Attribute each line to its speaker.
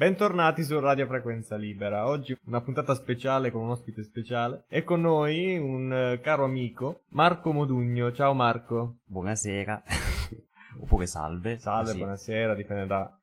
Speaker 1: Bentornati su Radio Frequenza Libera. Oggi una puntata speciale con un ospite speciale e con noi un eh, caro amico Marco Modugno. Ciao Marco.
Speaker 2: Buonasera. Oppure salve.
Speaker 1: Salve,
Speaker 2: così.
Speaker 1: buonasera, dipende da